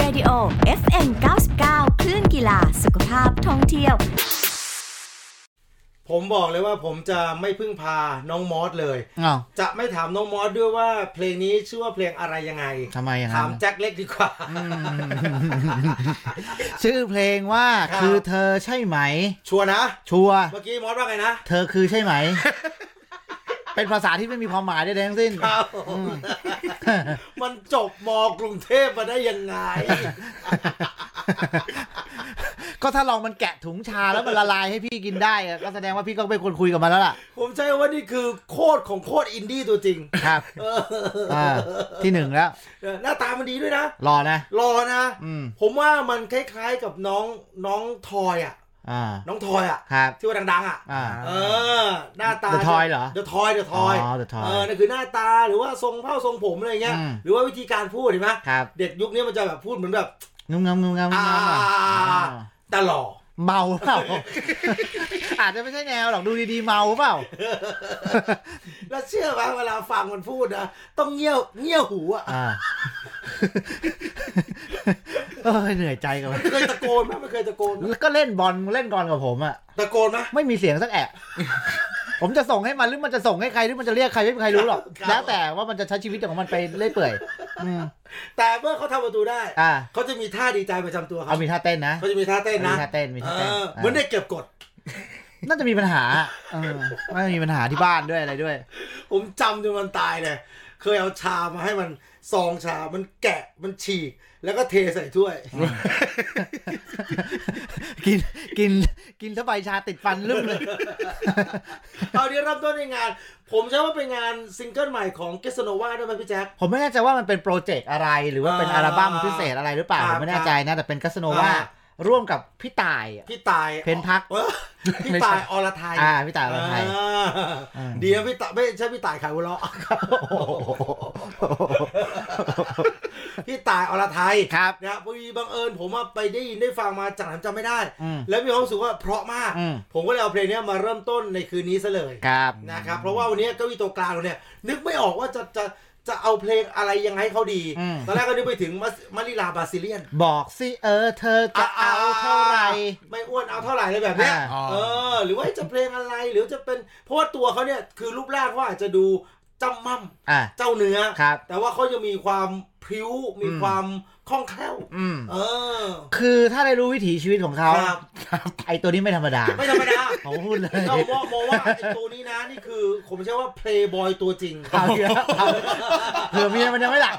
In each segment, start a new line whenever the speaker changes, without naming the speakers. Radio FM 99 คลื่นกีฬาสุขภาพท่องเที่ยว
ผมบอกเลยว่าผมจะไม่พึ่งพาน้องมอสเลย
อ้าว
จะไม่ถามน้องมอสด้วยว่าเพลงนี้ชื่อว่าเพลงอะไรยังไง
ทำไมอย่าง
ถา
นั้
ม
น
แจ็คเล็กดีกว่า
ชื่อเพลงว่า
ครับ
คือเธอใช่ไหม
ชัวร์นะ
ชัวร์
เมื่อกี้มอสว่าไงนะ
เธอคือใช่ ไหม เป็นภาษาที่ไม่มีความหมายใดๆทั้งสิ้น
ครับผมมันจบมอกรุงเทพมาได้ยัง ไง
ก็ถ้าลองมันแกะถุงชาแล้วมันละลายให้พี่กินได้อะก็แสดงว่าพี่ก็เป็นคนคุยกับมันแล้วล่ะ
ผมใช้ว่านี่คือโคตรของโคตรอินดี้ตัวจริง
ครับ
เอ
อ่าที่หนึ่งแล้ว
อหน้าตามันดีด้วยนะ
รอนะ
รอนะ
อืม
ผมว่ามันคล้ายๆกับน้องน้องทอยอ่ะ
อ่า
น้องทอยอ่ะ
ครับ
ที่ว่าดังๆอ่ะ
อ่า
เออ หน้าตา
The Toy เหรอ
เดอะทอยเดอะทอย
อ๋อ The Toy
เออนั่นคือหน้าตาหรือว่าทรงเผ้าทรงผมอะไรเงี้ย
อืม
หรือว่าวิธีการพูดเห็นไหม
ครับ
เด็กยุคนี้มันจะแบบพูดเหมือนแบบ
งุ้มงำงุ้มงำงุ้ม
อ่าง
ำอะอ่า
แต่หล่อ
เมาเปล่า อาจจะไม่ใช่แนวหรอกดูดีๆเมาเปล่า
แล้วเชื่อไหมเวลาฟังมันพูดนะ ต้องเงี้ยวเงี้ยวหูอ่ะ
อ่า เอยเหนื่อยใจกับมัน
เคยตะโกนไหมไม่เคยตะโกนไหม
แล้วก็เล่นบอลเล่นก่อนกับผมอ่ะ
ตะโกนไหม
ไม่มีเสียงสักแอะ ผมจะส่งให้มันหรือมันจะส่งให้ใครหรือมันจะเรียกใครไม่มีใครรู้หรอก
ครับ
แล้วแต่ว่ามันจะใช้ชีวิตของมันไปเรื่อยเปื่อย อืม
แต่เมื่อเขาทำประตูได้
อ่า
เขาจะมีท่าดีใจประจำตัว
เอา
เขา
มีท่าเต้นนะ
เขาจะมีท่าเต้นนะ
มีท่าเต้นมีท่าเต้น
ออ
เออ
เหมือนเด็กเก็บกด
น่าจะมีปัญหาเออน่าจะมีปัญหาที่บ้านด้วยอะไรด้วย
ผมจำจนมันตายเลย เคยเอาชามาให้มันซองชา มันแกะมันฉีก แล้วก็เทใส่ ถ้วย
กินกินกินสบายชาติดฟันลืมเลย
เอาเดี๋ยวเริ่มต้นในงาน ผมใช้ว่าเป็นงานซิงเกิลใหม่ของเกสโนวาด้วยไหมพี่แจ๊ค
ผมไม่แน่ใจว่ามันเป็นโปรเจกต์อะไร หรือว่าเป็นอัลบั้มพิเศษอะไรหรือเปล่า
อ่า
ผมไม่แน่ใจนะ แต่เป็นกัสโนวา
อ่า
ร่วมกับพี่ต่ายอะ
พี่ตาย
เพนพัก
เออพี่
ไม่ใช่
ตายอรไทย
อ่าพี่ต่ายวันไทย
อ่า
อืม
ดีนะพี่ตายไม่ใช่พี่ตายขายหัวเราะ พี่ตายอรไทย
ครับ
นะพอดีบังเอิญผมอะไปได้ยินได้ฟังมาจากไหนจำไม่ได้
อืม
แล้วมีความรู้สึกว่าเพราะมาก
อืม
ผมก็เลยเอาเพลงเนี้ยมาเริ่มต้นในคืนนี้ซะเลย
ครับ
นะครับ เพราะว่าวันนี้เก็วีตัวกลางเราเนี่ยนึกไม่ออกว่าจะจะจะเอาเพลงอะไรยังไงให้เขาดี
อืม
ตอนแรกก็นึกไปถึงมัสมาริลาบราซิเลียน
บอกสิเออเธอจะเอาเท่าไหร่
ไม่อ้วนเอาเท่าไหร่เลยแบบเนี้ย
อ่า
อ๋อ
เออหรือว่าจะเพลงอะไรหรือจะเป็นเพราะว่าตัวเขาเนี่ยคือรูปร่างเขาอาจจะดูจำมั่ม
อ่ะ
เจ้าเนื้อ
ครับ
แต่ว่าเขายังมีความพริ้วมีความคล่องแคล่ว
อืม
เออ
คือถ้าได้รู้วิถีชีวิตของเขา
ครับ
ไอตัวนี้ไม่ธรรมดา
ไม่ธรรมดา
ผมพูดเลย
เรามองมองว่าไอ้ตัวนี้นะนี่คือผมเชื่อว่าเพลย์บอยตัวจริง
เอาอีกแล้วเอาเผื่อเมียมันยังไม่หลับ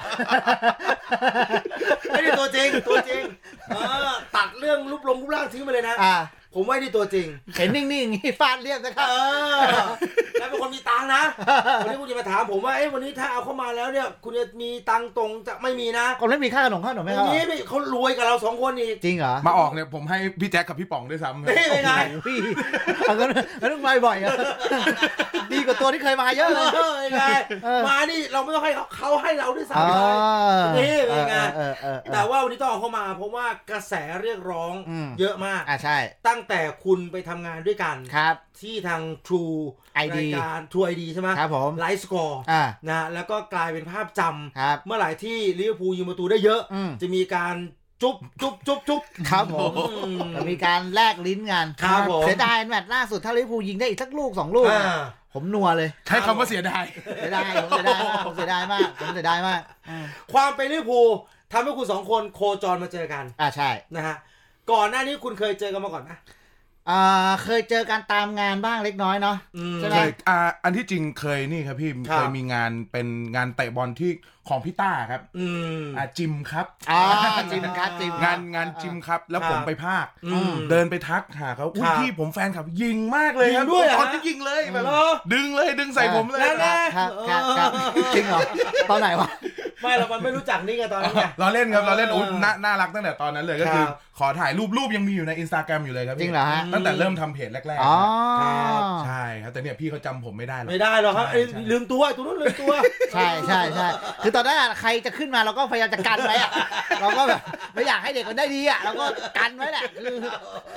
ไม่ได้ตัวจริงตัวจริงเออตัดเรื่องรูปลงรูปร่างทิ้งไปเลยนะ
อ่ะ
ผมว่านี่ตัวจริง
เห็นนิ่งๆอย่างงี้ฟาดเรียบนะค
เอ
รับ
อแล้วเป็นคนมีตังค์นะวันนี้คุณจะมาถามผมว่าเอ้วันนี้ถ้าเอาเข้ามาแล้วเนี่ย คุณจะมีตังค์ตรงจะไม่มีนะ
ก็ไม่มีค่าขนมข้าวหนมไหม
อั
ครับ
นนี้พี่เขารวยกับเราสองคนอีก
จริงเหรอ
มาออกเนี่ยผมให้พี่แจ็คกับพี่ป๋องด้วยซ้ำครับ
นี่เป็นไง
พี่ เอาเงินเอาเงินมาบ่อย ๆอะดีกว่าตัวที่เคยมาเยอะเลย
เออเป็นไง
เออ
มานี่เราไม่ต้องให้เขาเขาให้เราด้วย
อ๋อ
ซ้ำเลย นี่เป็นไง
เออเออเออ
แต่ว่าวันนี้ต้องเอาเข้ามาเพราะว่ากระแสเรียกร้อง
อืม
เยอะมาก
อ่ะใช่
ตั้งแต่คุณไปทำงานด้วยกัน
ครับ
ที่ทาง True
ID
รายการ True ID ใช่ไหม
ครับผม
ไลฟ์สกอร์
อ่ะ
นะแล้วก็กลายเป็นภาพจำ
ครับ
เมื่อไหร่ที่ลิเวอร์พูลยิงประตูได้เยอะ
อืม
จะมีการจุ๊บจุ๊บจุ๊บจุ๊บ
ครับผมจะมีการแลกลิ้นกัน
ครับผม
เสียดายแมตช์ล่าสุดถ้าลิเวอร์พูลยิงได้อีกสักลูกสองลูก
อ่า
อะผมนัวเลย
ใช้คำว่าเสียดาย
เสียดายผมเสียดายมากผมเสียดายมากผมเสียดายมากอืม
ความเป็นลิเวอร์พูลทำให้คุณสองคนโคจรมาเจอกัน
อ่าใช่
นะฮะก่อนหน้านี้คุณเคยเจอกันมาก่อนไหม
อ่าเคยเจอการตามงานบ้างเล็กน้อยเนาะ
อืม
ใช่ไห
เค
ม
ยอ่าอันที่จริงเคยนี่ครับพี่
ครับ
เคยมีงานเป็นงานเตะบอลที่ของพี่ต้าครับ
อืม
อ่าจิมครับ
อ่าจิมครับจิมครับ
งานงานจิมครับ แล้ว
ครับ
ผมไปภาค
อืม
เดินไปทักหาเขาอุ้
ค
ย
รับ
พี่ผมแฟนครับยิงมากเลยครั
ยิ
บ
งด้วยเหรอ
ตอนที่ยิงเลยแบบ
เหรอ
ดึงเลยดึงใส่ผมเลย
แล้วนะ
ครับครับครับจริงเหรอตอนไหนวะ
ไม่เรามันไม่รู้จักนี่ไงตอนนี้ไง
เราเล่นครับเราเล่น
เออ
อุ้ยน่าน่ารักตั้งแต่ตอนนั้นเลยก็คือ
ครับ
ขอถ่ายรูปรูปยังมีอยู่ในอินสตาแกรมอยู่เลยครับพี่
จริงเหรอฮะ
ตั้งแต่เริ่มทำเพจแรกๆ
อ๋อ
ใช่ครับแต่เนี่ยพี่เขาจำผมไม่ได้หรอก
ไม่ได้หรอกครับ
ใช่
เอ้ย
ใช่
ลืมตัวไอ้ตัวนู้นลืมตัว
ใช่ใช่ใช่คือตอนนั้นอะใครจะขึ้นมาเราก็พยายามจะกันไว้อะเราก็แบบไม่อยากให้เด็กมันได้ดีอะเราก็กันไว้แหละคือ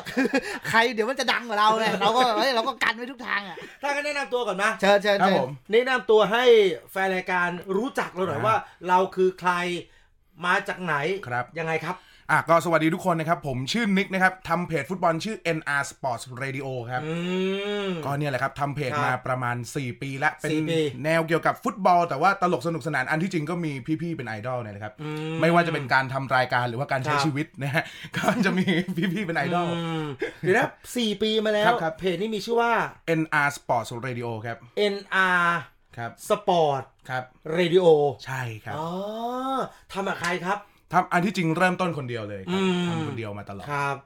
คือใครเดี๋ยวมันจะดังกว่าเราเลยเราก็เฮ้ยเราก็กันไว้ทุกทางอะ
ถ้างั้นแนะนำตัวก่อนนะ
เชิญเชิญ
ครับ
เชิญ
ผม
แนะนำตัวให้แฟนรายการรู้จักเราหน่อย
อ่า
ว่า เราคือใคร มาจากไหน
ครับ
ยังไงครับ
อ่ะก็สวัสดีทุกคนนะครับ ผมชื่อนิกนะครับทำเพจฟุตบอลชื่อ NR Sports Radio ครับ
อืม
ก็เนี่ยแหละครับทำเพจ
ครับ
มาประมาณ 4 ปีละเป็น
สี่ปี
แนวเกี่ยวกับฟุตบอล แต่ว่าตลกสนุกสนานอันที่จริงก็มีพี่ๆเป็นไอดอลเนี่ยนะครับ
อื
ไม่ว่าจะเป็นการทำรายการหรือว่าการใช้
ครับ
ชีวิตนะฮ ะก็จะมีพี่ๆเป็นไอดอล
มเดี๋ยวนะสี่ปีมาแล้ว
ครับครับ
เพจนี้มีชื่อว่า
NR Sports Radio ครับ
NR
ครับ
Sport
ครับ
Radio
ใช่ครับ
อ๋อทำกับใครครับ
ทำอันที่จริงเริ่มต้นคนเดียวเลยครั
อื
บ
ม
ทำคนเดียวมาตลอด
ครับ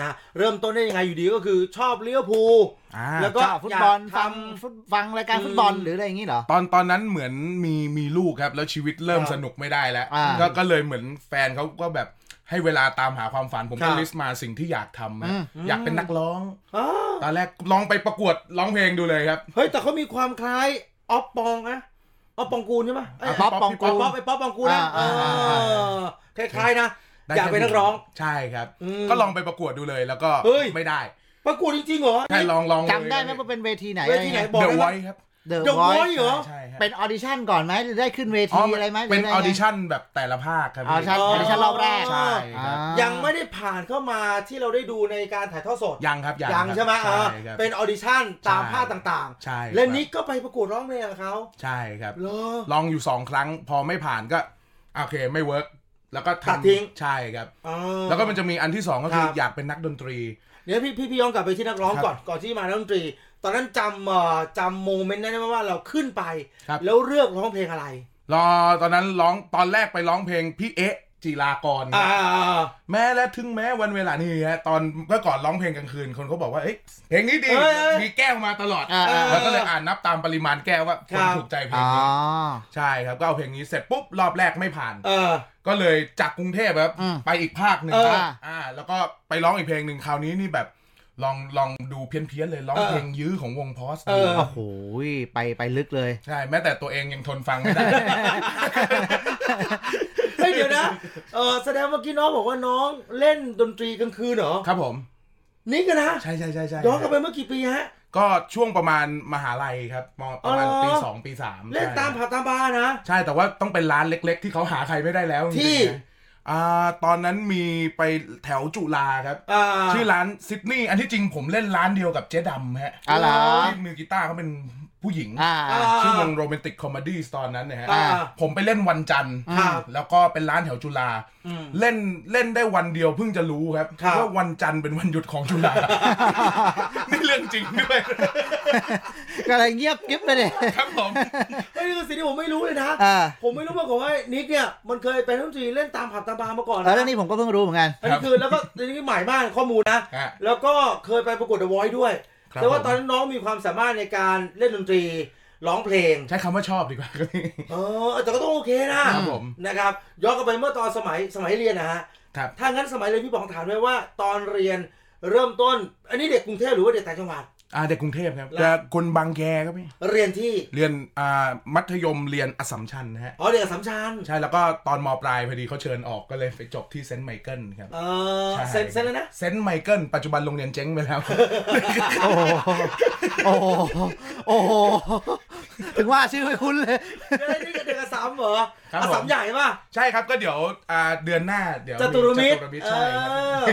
นะเริ่มต้นได้ยังไงอยู่ดีก็คือชอบเลี้ยวภูล
อ่า
แล้วก็
ชอบฟุตบอล
อยากทำ
ฟังฟุตฟังรายการฟุตบอล
อืม
หรืออะไรอย่างนี้เหรอ
ตอนตอนนั้นเหมือนมีมีลูกครับ แล้วชีวิตเริ่ม
ครับ
สนุกไม่ได้แล้ว
อ่า
ก็ก็เลยเหมือนแฟนเขาก็แบบให้เวลาตามหาความฝันผม
ครั
ก็
บ
ลิสต์มาสิ่งที่อยากทำนะอยากเป็นนักร้อง
อ๋อ
ตอนแรกลองไปประกวดร้องเพลงดูเลยครับ
เฮ้ยแต่เขามีความคล้ายออฟปองนะออฟปองกูลใช่ไหมไอ้
อ่ะ
ป๊
ป๊
อ
อ
ป
ปป
ป๊อ
อ
ป
ง
ปอ
กู
งป๊อปไอ้ป๊อปปองกูลนะเอ
อ่าอ่าอ่
อ
า
คล้ายๆนะ
ได้
อยากเป็นนักร้อง
ใช่ครับ
อืม
ก็ลองไปประกวดดูเลยแล้วก็
เฮ้ย
ไม่ได้
ประกวดจริงๆเหรอ
แค่ลองลอง
จำได้ไหมว่าเป็นเวทีไหน
เว
อะไร
ทีไหน
เงี้ย
บอก
เด
ได้
อะ
ไหม
ไวครับ
เดอะ
เดอะ
วอ
Voice
ย
เหรอ
ใช่ครับ
เป็นออดิชั่นก่อนไหมหรือได้ขึ้นเว
อ๋อ
ทีอะไรไหม
เป็น
ห
อ
รืะไร
อ
ไง
ดิชั่นแบบแต่ละภาคครับ
ออดิชั่น
พี่
ดิชั่นรอบแรก
ใช่ครับ
อ่า
ยังไม่ได้ผ่านเข้ามาที่เราได้ดูในการถ่ายทอดสด
ยังครับยัง
ใช่ไหมเอ
ครับ
อ
ใช่ครับ
เป็นออดิชั่นตาม
ใช่
ภาคต่าง
ใช่
ๆ และ
ครับ
นิกก็ไปประกวดร้องเพลงกับเขา
ใช่ครับ
เหรอ
ลองอยู่สองครั้งพอไม่ผ่านก็โอเคไม่เวิร์กแล้วก็
ตัด
ทำ
ทิ้ง
ใช่ครับ
อ๋อ
แล้วก็มันจะมีอันที่สองก็คื
ค
อ
รับ
อยากเป็นนักดนตรี
เดี๋ยวพี่พี่พี่ย้อนกลับไปที่นักร้อง
ครับ
ก่อนก่อนที่มานักดนตรี ตอนนั้นจำเอ่อจำโมเมนต์ได้ไหมว่าเราขึ้นไป
ครับ
แล้วเลือกร้องเพลงอะไร
รอตอนนั้นร้องตอนแรกไปร้องเพลงพี่เอ๊ะจีลากร
อ่า
แม้และถึงแม้วันเวลานี่ฮะตอนเมื่อก่อนร้องเพลงกลางคืนคนเขาบอกว่าเอ้ยเพลงนี้ดีมีแก้วมาตลอด
อ่าอ่า
แล้วก็เลยอ่านนับตามปริมาณแก้วว่าคนถูกใจเพล
อ๋
ง
อ
นี้ใช่ครับก็เอาเพลงนี้เสร็จปุ๊บรอบแรกไม่ผ่าน
เออ
ก็เลยจากกรุงเทพครับ
อืม
ไปอีกภาคหนึ่ง
เออ
ครับอ่า แล้วก็ไปร้องอีกเพลงหนึ่งคราวนี้นี่แบบลองลองดูเพี้ยนเพี้ยนๆเลยร้อง
เออ
เพลงยื้อของวงพอส
เออ
โอ้โหไปไปลึกเลย
ใช่แม้แต่ตัวเองยังทนฟังไม่ได้
เฮ้ยเดี๋ยวนะเออแสดงเมื่อกี้น้องบอกว่าน้องเล่นดนตรีกลางคืนเหรอ
ครับผม
นิกอะนะ
ใช่ใช่ใช่ใช่
ย้อนกลับไปเมื่อกี่ปีฮะ
ก็ช่วงประมาณมหาลัยครับมประมาณ
อ๋อ
ปีสองปีสาม
เล่นตามผับตามบาร์นะ
ใช่แต่ว่าต้องเป็นร้านเล็ก ๆ ที่เขาหาใครไม่ได้แล้วจริงๆ
ที่
นะอ่าตอนนั้นมีไปแถวจุฬาครับ
อ่า
ชื่อร้านซิดนีย์อันที่จริงผมเล่นร้านเดียวกับเจ๊ดำฮะ
อ๋อเหรอ
ที่มือกีตาร์เขาเป็นผู้หญิง
อ่า
ชื่อวงโรแมนติกคอมเมดี้ตอนนั้นนะฮะ
อ่า
ผมไปเล่นวันจันทร์
ครับ
แล้วก็เป็นร้านแถวจุฬา
อืม
เล่นเล่นได้วันเดียวเพิ่งจะรู้ครับ
ครับ
ว่าวันจันทร์เป็นวันหยุดของ จุฬา นี่เรื่องจริงด้วย
ก็เลยเงียบกิ๊บไปเลย
ครับผม
เฮ้ยนี่คือสิ่งที่ผมไม่รู้เลยนะ
อ่า
ผมไม่รู้มาก่อนว่านิกเนี่ยมันเคยเป็นนักดนตรีเล่นตามผับตามบาร์มาก่อน
แล้ว
นะ
เรื่องนี้ผมก็เพิ่งรู้เหมือนกัน
อันนี้คือแล้วก็อันนี้ใหม่มากข้อมูลนะ
ฮะ
แล้วก็เคยไปประกวด The Voice ด้วย
ครับ
แต่ว่าตอนนั้นน้องมีความสามารถในการเล่นดนตรีร้องเพลง
ใช้คำว่าชอบดีกว่า ครับพี่
เออแต่ก็ต้องโอเคนะครับ
ผม
นะครับย้อนกลับไปเมื่อตอนสมัยสมัยเรียนนะฮะ
ครับ
ถ้างั้นสมัยเรียนพี่บองถามด้วยว่า ตอนเรียนเริ่มต้น อันนี้เด็กกรุงเทพหรือว่าเด็กต่างจังหวัด
อ่าเด็กกรุงเทพครับ
แล้ว
แต่คนบางแกครับพี่
เรียนที่
เรียนอ่ามัธยมเรียนอัสสัมชัญนะฮะ
อ๋อเด็กอัสสามชัญ
ใช่แล้วก็ตอนมปลายพอดีเขาเชิญออกก็เลยไปจบที่เซนต์ไมเคิลครับ
เออ
ใช่
เซนเซนแล้วนะ
เซนต์ไมเคิลปัจจุบันโรงเรียนเจ๊งไปแล้ว
โอ้โห โอ้โห โอ้โห ถึงว่าชื่อไม่คุ้นเลย
เดี๋ยวนี่เด็กอาสามเหรอ
ครับผม
อาสามใหญ่ป่ะ
ใช่ครับก็เดี๋ยวอ่าเดือนหน้าเดี๋ยว
จตุรมิตร
จตุรมิตร
เอ
ใช่ครับ
อ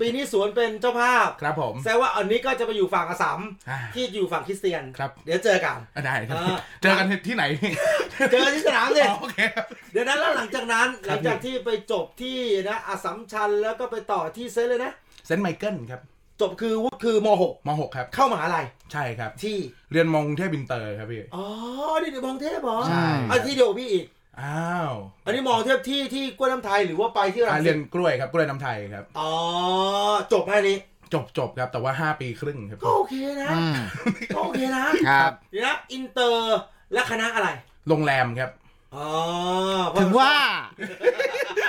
ปีนี้สวนเป็นเจ้าภาพ
ครับผม
แซวว่าอันนี้ก็จะไปอยู่ฝั่งอาสาม
อ่า
ที่อยู่ฝั่งคริสเตียน
ครับ
เดี๋ยวเจอกัน
อ่ะได้ครับ
เออ
เจอกันที่ไหนนี่
เจอกันที่สนามเลย
อ๋อโอเคครับ
เดี๋ยวนั้นแล้วหลังจากนั้น ห
ครั
ลั
บ
งจากที่ไปจบที่นะอาสามชันแล้วก็ไปต่อที่เซนต์เลยนะ
เซนต์ไมเคิลครับ
จบคือวุฒิคือม
มหกครับ
.6 เข้ามหาลัย
ใช่ครับ
ที่
เรียนมงเทพบินเตอร์ครับพี่
อ๋อนี่เดี๋ยวมองเทพเหรอ
ใช่
อันที่เดียวกับพี่อีก
อ้าว
อันนี้มองเทพที่ที่กล้วยน้ำไทยหรือว่าไปที่รั
อ่าง เรี
สิ
ยน
ต
กล้วยครับกล้วยน้ำไทยครับ
อ๋อจบแค่นี้
จบจบครับแต่ว่า 5 ปีครึ่งครับ
ก็โอเคนะ
อืม
ก็โอเคนะครับ เดี๋ยวนะอินเตอร์และคณะอะไร
โรงแรมครับ
อ๋อ
ถึงว่า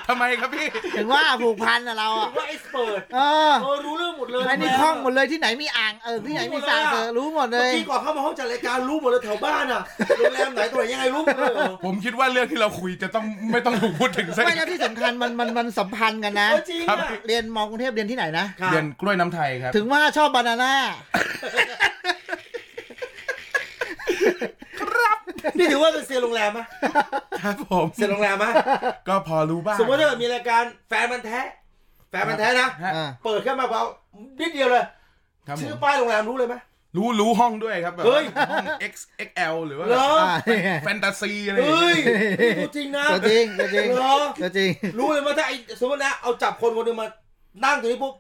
ทำไมครับพี่
ถึงว่าผูกพันอะเรา
ถึ
อะ
งว่าเอ็กซ์เปิด
เออ
เออรู้เรื่องหมดเลย
ไอ้นี่คล่องหมดเลยที่ไหนมีอ่างเออที่ไหนมีสระเออรู้หมดเล
เมื่อย กี้ก่อนเข้ามาห้องจัดรายการรู้หมดเลยแถวบ้านอ่ะโรงแรมไหนตัวไหนยังไงรู้หมดเลยเหรอ
ผมคิดว่าเรื่องที่เราคุยจะต้องไม่ต้องถูกพูดถึงซะ
ไม่แล้วที่สำคัญมันมันมันสัมพันธ์กันนะ
เออจริงอ่ะ
เรียนมองกรุงเทพเรียนที่ไหนนะ
ครับ
เรียนกล้วยน้ำไทยครับ
ถึงว่าชอบบานาน่า
นี่ถือว่าเป็นเซียนโรงแรมไหม
ครับผม
เซียนโรงแรมไหม
ก็พอรู้บ้าง
สมมติถ้าเกิดมีรายการแฟนมันธุ์แท้ แฟนมันธุ์แท้นะ
ฮะ
อ่า
เปิดขึ้นมาเบานิดเดียวเลย
ครับผ
ชื่อ
ม
ป้ายโรงแรมรู้เลยไหม
รู้รู้ห้องด้วยครับแบบ
เฮ้ย
ห้อง X XL หรือว่า
เหรอ
แฟนตาซีอะไรอย่าง
เฮ้
เงี้
ย
ย
รู้จริงนะ
ตัวจริงตัวจริง
เหรอ
ตัวจริง
รู้เลยว่าถ้าไอ้สมมตินะเอาจับคนคนหนึงมานั่งตรงนี้ปุ๊บ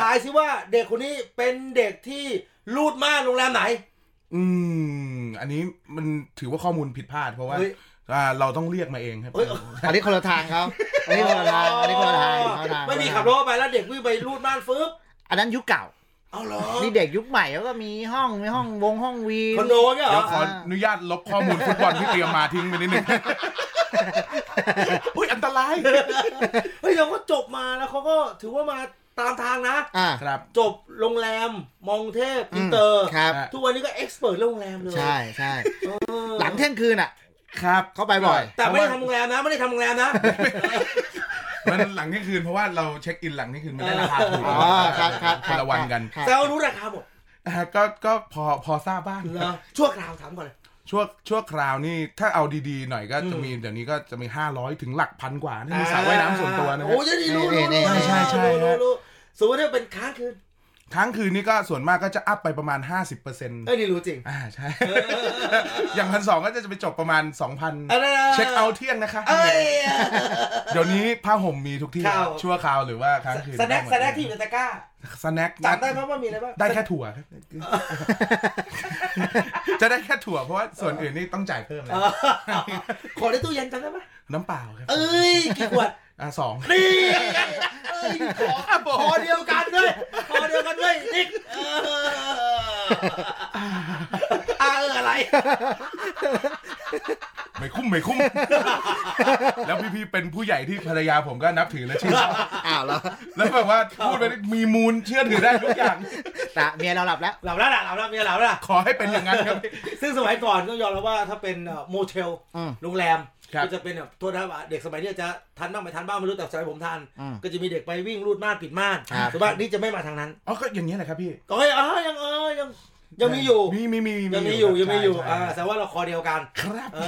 ทายซิว่าเด็กคนนี้เป็นเด็กที่รูดม่านโรงแรมไหน
อืม อันนี้มันถือว่าข้อมูลผิดพลาดเพราะว่า
เฮ้ย
อ่าเราต้องเรียกมาเองครับ
เฮ้ย
อันนี้คนละทางครับ อันนี้คนละทาง อันนี้คนละทางคนละทาง
ไม่มีขับรถไปแล้วเด็กวิ่งไปรูดม่านฟึบ
อันนั้นยุคเก่า
เอาเหรอ
นี่เด็กยุคใหม่แล้วก็มีห้องมีห้องวงห้องวี
คอนโดเนี่ยเหร
เดี๋ย
อ
วขออนุญาตลบข้อมูลฟุตบอลที่เตรียมมาทิ้งไปนิดนึง อุ้ยอันตราย
เฮ้ยเราก็จบมาแล้วเขาก็ถือว่ามาตามทางนะ
อ่า
ครับ
จบโรงแรมมองเทพอินเตอร์
ครับ
อ่ะ
ทุกวันนี้ก็เอ็กซ์เพิเรื่องโรงแรมเลย
ใช่ใช่
เออ
หลังเที่ยงคืนอ่ะ
ครับ
เข้าไปบ่อย
แต่ไม่ได้ทำโรงแรมนะไม่ได้ทำโรงแรมนะ
มันหลังเที่ยงคืนเพราะว่าเราเช็คอินหลังเที่ยงคืนมันได้ราคาถูก
อ๋อครับครับ
คนละวันกัน
ครับ
แต่เรารู้ราคาหมด
อ่ะก็ก็พอพอทราบบ้าง
เหรอชั่วคราวถามก่อนเลย
ช่วชั่วคราวนี่ถ้าเอาดีๆหน่อยก็จะ
อืม
มีเดี๋ยวนี้ก็จะมี 500 ถึงหลักพันกว่านี่มีสระว่ายน้ำส่วนตัวนะครั
โอ้
บ
ยยังดีรู้
นี่
รู้
นี่
รู้
นี่ใช่ใช่
รู้รู้
ฮะ
รู้สมมติว่าเป็นค้างคืน
ทั้งคืนนี่ก็ส่วนมากก็จะอัพไปประมาณ 50%อ
เอ้ยนี่รู้จริง
่าใช่ อย่างพันสองก็จะไปจบประมาณ
อันนั้น
2,000 เช็คเอาท์เที่ยงนะคะ
เอ้ย
เดี๋ยวนี้ผ้าห่มมีทุกที่
ครับ
ชั่วคราวหรือว่าครั้งคืน
สแน็ค
ได้หมด
สแน็คที่อยู่ในตะกร้า
สแน็ค
จำได้ไหมว่ามีอะไรบ้าง
ได้แค่ ถั่วครับ จะได้แค่ถั่วเพราะว่าส่วนอื่นนี่ต้องจ่ายเพิ่มแล้ว
ขอในตู้เย็นจำได้ไหม
น้ำเปล่าครับ
เอ้ยกี่ขวด
อ่ะสอง
นี่เอ้ยขอ
ครับผ
ขอ
ม
เดียวกันด้วยขอเดียวกันด้วยนิกเอออ่าเอออะไร
ไม่คุ้มไม่ คุ้ม แล้วพี่ๆเป็นผู้ใหญ่ที่ภรรยาผมก็นับถือและชื่นช อบ
อ้าวแล้ว
แล้วแบบว่าพูดไปมีมูลเชื่อถือได้ทุกอย่าง
แต่เมียเราหลับแล้ว
หลับแล้วล่ะหลับแล้วเมียหลับแล้วล่ะ
ขอให้เป็นอย่างนั้นครับ
ซึ่งสมัยก่อนต้องยอมรับว่าถ้าเป็นโมเทล
อืม
โรงแรม
ครับ
ก็จะเป็นแบบโทษนะครับเด็กสมัยเนี้ยจะทันบ้างไม่ทันบ้างไม่รู้แต่สมัยผมทัน
อืม
ก็จะมีเด็กไปวิ่งรูดม่านปิดม่าน
ครับ
ส่วนมากนี่จะไม่มาทางนั้น
อ๋อก็อย่างนี้ยแหละครับพี่
ก็เอ้ยอ๋อยังเออยังยังมีอยู่
มีมีมี
ยังมีอยู่
ครับ
ยังมีอยู่
ใช่
อ่าแต่ว่าเราคอเดียวกัน
ครับ
เอ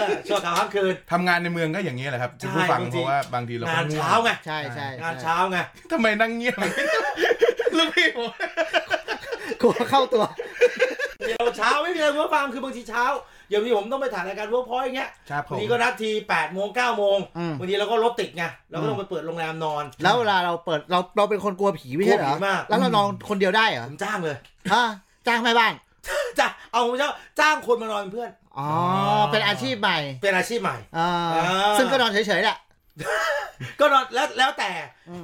อชั่วคราวข้ามคืน
ทำงานในเมืองก็อย่างนี้ยแหละครับคุณ
ใช่
ผู้ฟัง
จริงๆ
เพราะว่าบางทีเรา
งาน
ก็ว
เช้าไง
ใช่ใช่
งาน
ใช่
เช้าไง
ทำไมนั่งเงียบ ลูกพี่ผม
กลัวเข้าตัว
เดี๋ยวเช้าไม่มีอะไรเพื่อฟังคือบางทีเช้าอย่างนี้ผมต้องไปถ่ายรายการเวิร์กพอยต์อย่างเงี้ย
ครับผ
บาง
ม
ทีก็นัดที8ปดโมงเก้าโมง
อืม
บางทีเราก็รถติดไงเราก็ต้องไปเปิดโรงแรมนอน
แล้วเวลาเราเปิดเราเราเป็นคนกลัวผีไม่ใช่เหร
กลั
อ
วผีมาก
แล้วเรานอนคนเดียวได้เหรอ
ผมจ้างเลย
อ่ะจ้างแม่บ้าน
จ้าเอาผมจ้างจ้างคนมานอนเป็นเพื่อน
อ๋อ เป็นอาชีพใหม่
เป็นอาชีพใหม่
อ่า
อ่า
ซึ่งก็นอนเฉยๆแหละ
ก็นอนแล้วแล้วแต่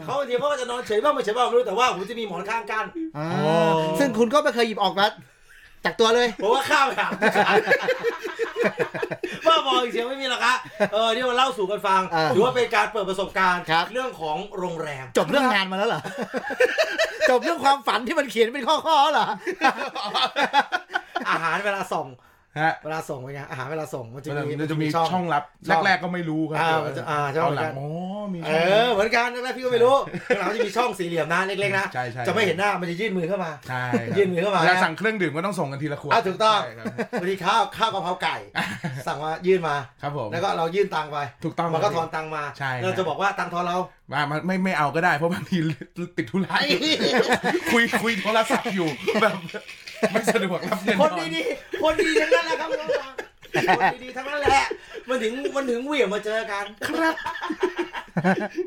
เขาบางทีเขาก็จะนอนเฉยบ้างไม่เฉยบ้างไม่รู้แต่ว่าผมจะมีหมอนข้างกัน
อ่าซึ่งคุณก็ไม่เคยหยิบออกมาจากตัวเลย
ผมว่าข้าวไป หาผู้ชายว่าบอกเฉยๆไม่มีหรอกฮะเออนี่มาเล่าสู่กันฟัง
เออ
ถือว่าเป็นการเปิดประสบการณ์
ครับ
เรื่องของโรงแรม
จบเรื่องงานมาแล้วเหรอ จบเรื่องความฝันที่มันเขียนเป็นข้อๆเหรอ
อาหารเวลาส่ง
ฮะ
เวลาส่งเป็นไงอาหารเวลาส่งมันจะมี
มันจะมีช่องลับ
ช่อง
แรกๆก็ไม่รู้ครั
อ่า
เดี๋ยว
อ่าใช่
ตอนหลั
ใช่
งอ๋อมี
เอ
ช่อง
อเหมือนกันแรกๆพี่ก็ไม่ รู้ข้างหลังมันจะมีช่องสี่เหลี่ยมนะเล็กๆนะ
ใช่ใช่
จะไม่เห็นหน้ามันจะยื่นมือเข้ามา
ใช่ครับ
ยื่นมือเข้ามา
เวลาสั่งเครื่องดื่มก็ต้องส่งกันทีละขวด
อ่ะถูกต้อง
ใช่ครับ
บางทีข้าวข้าวกะเพราไก่ สั่งมายื่นมา
ครับผม
แล้วก็เรายื่นตังค์ไป
ถูกต้อง
มันก็
ครับ
ทอนตังค์มา
ใช่ครับ
เราจะบอกว่าตังค์ทอนเรา
มามาไม่ไม่เอาก็ได้เพราะบางทีติดธุระอยู่คุยคุยโทรศัพท์อยู่แบบไม่สะดวกรับเงิน
คนดีๆคนดีทั้งนั้นแหละครับคุณผู้ชมคนดีๆทั้งนั้นแหละ มันถึงมันถึงเหวี่ยงมาเจอกัน ครับ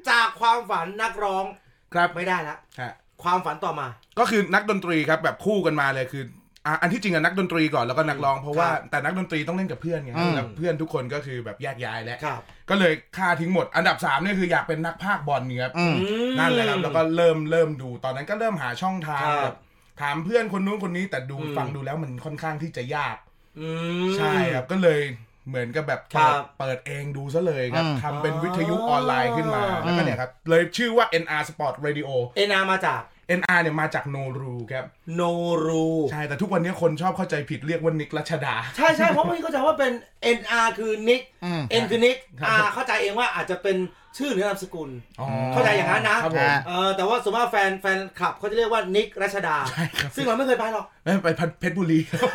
จากความฝันนักร้อง
ครับ
ไม่ได้ละ
ฮะ
ความฝันต่อมา
ก็คือนักดนตรีครับแบบคู่กันมาเลยคืออ่ะอันที่จริงอะนักดนตรีก่อนแล้วก็นักร้องเพราะว่า
ครับ
แต่นักดนตรีต้องเล่นกับเพื่อนไง
อืม
แล้วเพื่อนทุกคนก็คือแบบแยกย้ายแล้ว
ครับ
ก็เลยค่าทิ้งหมด อันดับ3เนี่ยคืออยากเป็นนักพากย์บอลเนี่ยครับ
อืม
นั่นแหละครับแล้วก็เริ่มเริ่มดูตอนนั้นก็เริ่มหาช่องทาง
ครับ
แบบถามเพื่อนคนนู้นคนนี้แต่ดู
อืม
ฟังดูแล้วมันค่อนข้างที่จะยาก
อืม
ใช่ครับก็เลยเหมือนกับแบบ
ครั
เปิด
บ
เปิดเองดูซะเลยครับ
อืม
ทำเป็นวิทยุออนไลน์ขึ้นมา
อ๋อ
แล้วก็เนี่ยครับเลยชื่อว่า NR Sport Radio
เอนามาจาก
NR เนี่ยมาจากโนรูครับ
โนรู
ใช่ แต่ทุกวันนี้คนชอบเข้าใจผิดเรียกว่านิกรัชดา
ใช่ใช่เพราะพี่เข้าใจว่าเป็น NR คือนิก
อืม
N คือนิก
ครับ
R เข้าใจเองว่าอาจจะเป็นชื่อหรือนามสกุล
อ๋อ
เข้าใจอย่างนั้นนะ
ครับผม
ฮะ
เออแต่ว่าสมมติว่าแฟนแฟนคลับเขาจะเรียกว่านิกรัชดา
ใช่ครับ
ซึ่งเราไม่เคยไปหรอก
ไม่ไปพันเพชรบุรี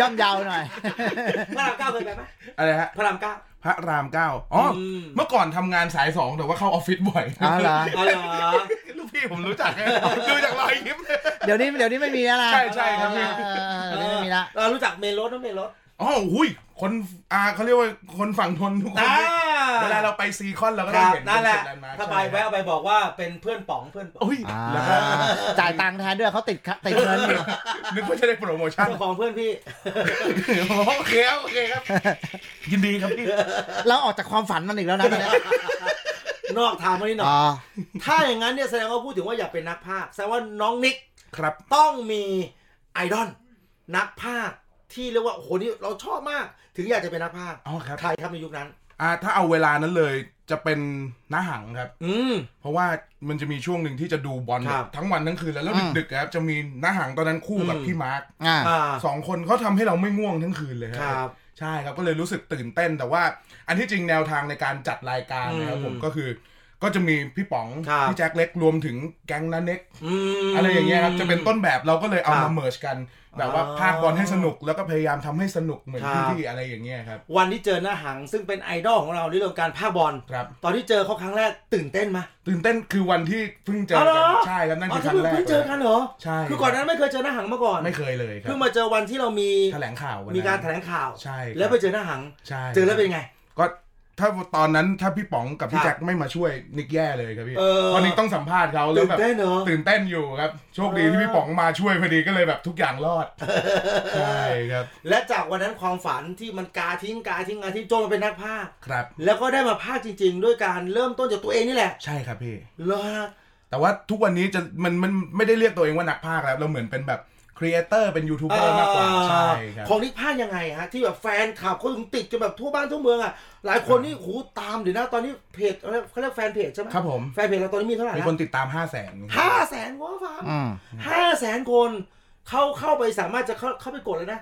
ย่อมเยาวหน่อย
พระรามเก้าเคยไปไหม
อะไรฮะ
พระรามเก้า
พระรามเก้าอ๋ออ
ม
เมื่อก่อนทำงานสายสองแต่ว่าเข้าออฟฟิศบ่อย
อ๋อเหรอ
อ๋อเหรอ
ลูกพี่ผมรู้จักไง ดูจากรอยยิ้ ม
เดี๋ยวนี้เดี๋ยวนี้ไม่มีแล้วนะ
ใช่ใช่ครับพี่
เออเดี๋ยวนี้ไม่มีละ
เออเรารู้จักเมนรถนะเมนรถ
อ๋ออุ้ย คนอ่าเขาเรียกว่าคนฝั่งทนทุกคน
อ่า
เวลาเราไปซีคอนเราก็
ค
ได้
รับ
เห็น
นั่นแหละ
เป็เซ็ด์
ถ้า
ร์ค
ไปแวะเอาไปบอกว่าเป็นเพื่อนป๋องเพื่อนป๋อง
อุ้ย
อ่า
แล้วก็
จ่ายตังค์แทนด้วยเขาติดค่ะติดเงินอยู่
นึกว่าจะได้โปรโมชั่น
เจ้าของเพื่อนพี่
โอเคครับโอเคครับ ยินดีครับพี่
เราออกจากความฝันมันอีกแล้วนะตอนเนี้ย
นอกทางมานิดหน่อย
อ๋อ
ถ้าอย่างนั้นเนี่ยแสดงว่าพูดถึงว่าอยากเป็นนักพากย์แสดงว่าน้องนิก
ครับ
ต้องมีไอดอลนักพากย์ที่เรียกว่าโอ้โหนี่เราชอบมาก ถึงอยากจะเป็นนักพากย์
อ๋อครับ
ใครครับในยุคนั้น
อ่า ถ้าเอาเวลานั้นเลยจะเป็นหน้าหังครับ
อืม
เพราะว่ามันจะมีช่วงหนึ่งที่จะดูบอล
ครับ
ทั้งวันทั้งคืนแล้วแล้วดึกๆครับจะมีหน้าหังตอนนั้นคู่กับพี่มาร์ค
อ่า
อ่า
สองคนเขาทำให้เราไม่ง่วงทั้งคืนเลยค
ครั
รับ ใช่ครับก็เลยรู้สึกตื่นเต้นแต่ว่า อันที่จริงแนวทางในการจัดรายการนะครับ
อืม
ผมก็คือ ก็จะมีพี่ป๋อง
ครับ
พี่แจ็คเล็กรวมถึงแก๊งนันเน็ก
อืม
อะไรอย่างเงี้ยครับจะเป็นต้นแบบเราก็เลยเอา
ครั
มา
บ
เมิร์ชกัน แบบว่า
อ๋อ
ภาคบอลให้สนุกแล้วก็พยายามทำให้สนุกเหมือน
ครับ
พี่ๆอะไรอย่างเงี้ยครับ
วันที่เจอหน้าหังซึ่งเป็นไอดอลของเราในเรื่องการพากย์บอล
ครับ
ตอนที่เจอเขาครั้งแรกตื่นเต้นไหม
ตื่นเต้นคือวันที่เพิ่งเจอ
อ๋อเหร
กั
อ
ใช่ครับนั่น
อ๋
คือ อค
ที่เพิ่ง
รั้งแรก
เพิ่งเจอกันเหรอ
ใช่
คือก่อนหนานั้นไม่เคยเจอหน้าหังมาก่อน
ไม่เคยเลยครั
เพิ่
บ
งมาเจอวันที่เรามี
แถลงข่าววัน
มีการ
นั้น
แถลงข่าว
ใช่ครับ
แล้วไปเจอหน้าหัง
ใช่
เจอแล้วเป็นไง
ก็ถ้าตอนนั้นถ้าพี่ป๋องกับ
ค
พี่
รับ
แจ็คไม่มาช่วยนิกแย่เลยครับพี่
เออ
เพราะนิกต้องสัมภาษณ์เขาแล้ว
ตื่น
แบบ
เต้นเนอะ
ตื่นเต้นอยู่ครับ โชคดีที่พี่ป๋องมาช่วยพอดีก็เลยแบบทุกอย่างรอดใช่ครับ
และจากวันนั้นความฝันที่มันกาทิ้งกาทิ้งกาทิ้งจนมาเป็นนักพากย์
ครับ
แล้วก็ได้มาพากย์จริง ๆ ด้วยการเริ่มต้นจากตัวเองนี่แหละ
ใช่ครับพี่
เหรอฮะ
แต่ว่าทุกวันนี้จะมันมันไม่ได้เรียกตัวเองว่านักพากย์แล้วเราเหมือนเป็นแบบครีเอเตอร์เป็นยูทูบเบอร์มากกว่าใช่ครับ
ของนิกพากย์ยังไงฮะที่แบบแฟนข่าวเขาถึงติดจนแบบทั่วบ้านทั่วเมืองอ่ะหลายคนนี่หูตามเดี๋ยวนะตอนนี้เพจอะไรเขาเรียกแฟนเพจใช่ไหม
ครับผม
แฟนเพจเราตอนนี้มีเท่าไหร่
มี
ละ
คนติดตามห้าแสน
ห้าแสนกว่าฟัง
อืม
ห้าแสนคนเข้าเข้าไปสามารถจะเข้าเข้าไปกดเลยนะ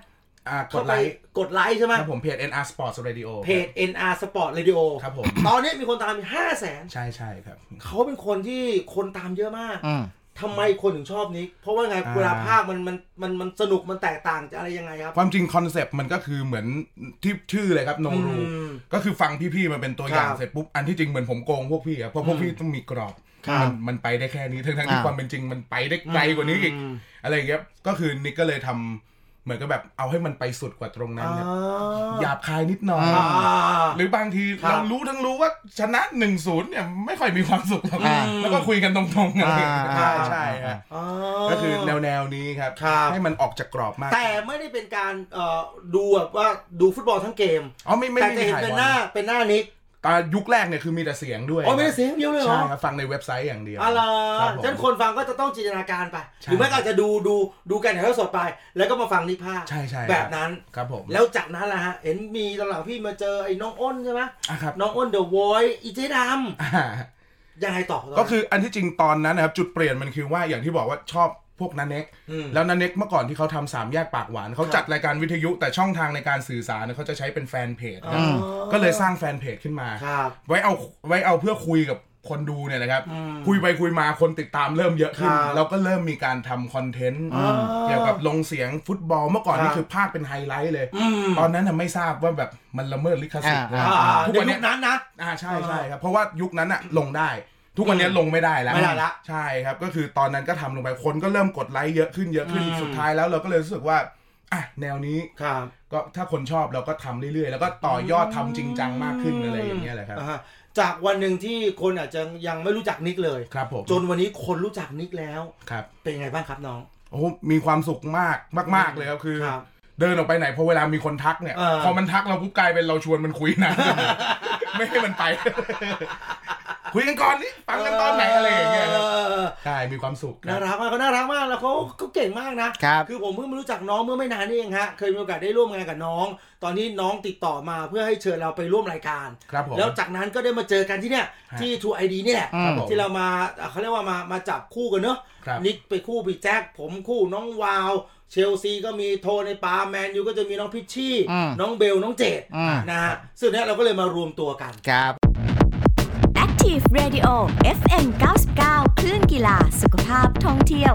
ก
เข้า
ด
ไป
ไลค์
กดไลค์ใช่ไหม
ครับผมเพจ NR Sports Radio
เพจ NR Sport Radio
ครับผม
ตอนนี้มีคนตามห้าแสน
ใช่ใช่ครับ
เขาเป็นคนที่คนตามเยอะมาก
อืม
ทำไมคนถึงชอบนิก เพราะว่าไง
อ่า
เวลาภาคมันมันมันมันสนุกมันแตกต่างจะอะไรยังไงครับ
ความจริงคอนเซปต์มันก็คือเหมือนที่ชื่อเลยครับโนรู
อืม
ก็คือฟังพี่ๆมันเป็นตัวอย่า
ค
ง
รับ
เสร็จปุ๊บ อันที่จริงเหมือนผมโกงพวกพี่ครับเพราะพวกพี่ต้องมีกรอบ
ครับ
มันมันไปได้แค่นี้ทั้งๆที่
อ่า
ความเป็นจริงมันไปได้ไกลกว่านี้อีก
อืม
อะไรอย่างเงี้ยก็คือนิกก็เลยทำเหมือนกับแบบเอาให้มันไปสุดกว่าตรงนั้น
อ่า
ครับหยาบคายนิดหน่อย
อ่า
หรือบางที
ครับ
เรารู้ทั้งรู้ว่าชนะหนึ่งศูนย์เนี่ยไม่ค่อยมีความสุขหรอก
อ่า
แล้วก็คุยกันตรงๆอะไรอย่างเงี้ย
อ่า
ใช่ใช่ฮะ
อ่า
ก็คือแนวแนวๆนี้ครับ
ครับ
ให้มันออกจากกรอบมาก
แต่ไม่ได้เป็นการเอ่อดูแบบว่าดูฟุตบอลทั้งเกม
อ๋อไม่ไม่
แต่
ไม่
จะ
มี
เห็น
ถ่าย
เป็น
บอ
หน้า
ล
เป็นหน้านิก
ตอนยุคแรกเนี่ยคือมีแต่เสียงด้วย
อ๋อไม่ได้เสียงเดียวเลยเหร
ใช่
อ
ครับฟังในเว็บไซต์อย่างเดียว
อะไร
ครับผม
ฉะนันคนฟังก็จะต้องจินตนาการไป
ใช่
หรือไม่ก็อาจจะดูดูดูการถ่ายทอดสดไป แล้วก็มาฟังนิกภาค
ใช่ใช่
แบบนั้น
ครับผม
แล้วจากนั้นล่ะฮะ เห็นมีตอนหลังพี่มาเจอไอ้น้องอ้นใช่ไหม
อ่ะครับ
น้องอ้นเดอะวอยอีเจด
อ่า
ำยังไงต่อตนนั้น
ก็คืออันที่จริงตอนนั้นนะครับจุดเปลี่ยนมันคือว่าอย่างที่บอกว่าชอบพวกนันเน็ก
อืม
แล้วนันเน็กเมื่อก่อนที่เขาทำสามแยกปากหวานเขาจัดรายการวิทยุแต่ช่องทางในการสื่อสารเนี่ยเขาจะใช้เป็นแฟนเพจครับ
อ๋อ
ก็เลยสร้างแฟนเพจขึ้นมา
ครับ
ไว้เอาไว้เอาเพื่อคุยกับคนดูเนี่ยนะครับ
อืม
คุยไปคุยมาคนติดตามเริ่มเยอะขึ้น
ครับ
เราก็เริ่มมีการทำคอนเทนต์
อ๋อ
เกี่ยวกับลงเสียงฟุตบอลเมื่อก่อน
ครับ
นี่คือภาคเป็นไฮไลท์เลย
อืม
ตอนนั้นน่ะไม่ทราบว่าแบบมันละเมิดลิขสิทธิ์
อ่
อ่า
ทุก
เดี๋ย
วั
วน ยุ
เนี้
ค
ย
นั้นนะ
อ่าใช่ใช่ครับเพราะว่ายุคนั้นอะลงได้ ทุกวันเนี้ยลงไม่ได้แล้ว
ไม่ได้ละ
ใช่ครับ ก็คือตอนนั้นก็ทำลงไปคนก็เริ่มกดไลค์เยอะขึ้นเยอะขึ้น
อืม
สุดท้ายแล้วเราก็เลยรู้สึกว่าอ่ะแนวนี้
ครับ
ก็ถ้าคนชอบเราก็ทำเรื่อยๆ แล้วก็ต่อยอดทำจริงจังมากขึ้นอะไรอย่างเงี้ยแหละครับ
อ่าฮะจากวันหนึ่งที่คนอาจจะยังไม่รู้จักนิกเลย
ครับผม
จนวันนี้คนรู้จักนิกแล้ว
ครับ
เป็นไงบ้างครับน้อง
โอ้มีความสุขมากมาก ๆเลยครับคือ
ครับ
เดินออกไปไหนพอเวลามีคนทักเนี่ย
เออ
พอมันทักเราปุ๊บกลายเป็นเราชวนมันคุยนะ ไม่ให้มันไป คุยกันก่อนนี่ฟังกันตอนไหนอะไรอย่างเงี้ยครับ
ออ
ใช่มีความสุข
น่า
นะ
รักมากเขาน่ารักมากแล้วเขาเขาเก่งมากนะครับ อผมเพิ่งมารู้จักน้องเมื่อไม่นานนี่เองฮะเคยมีโอกาสได้ร่วมงานกับน้อง ตอนนี้น้องติดต่อมาเพื่อให้เชิญเราไปร่วมรายการ
ครับผม
แล้วจากนั้นก็ได้มาเจอกันที่เนี่ย
ฮะ
ที่ทูไอดีนี่แหละ
อืม
ที่เรามาอ่ะเขาเรียกว่ามามาจับคู่กันเนอะ
ครับ
นิกไปคู่พี่แจ็คผมคู่น้องวาว เชลซีก็มีโทในปาแมนยูก็จะมีน้องพิชชี่
อืม
น้องเบลน้องเจด
อืม
นะฮะซึ่งเนี้ยเราก็เลยมารวมตัวกัน
ครับ
Active Radio FM 99 คลื่นกีฬาสุขภาพท่องเที่ยว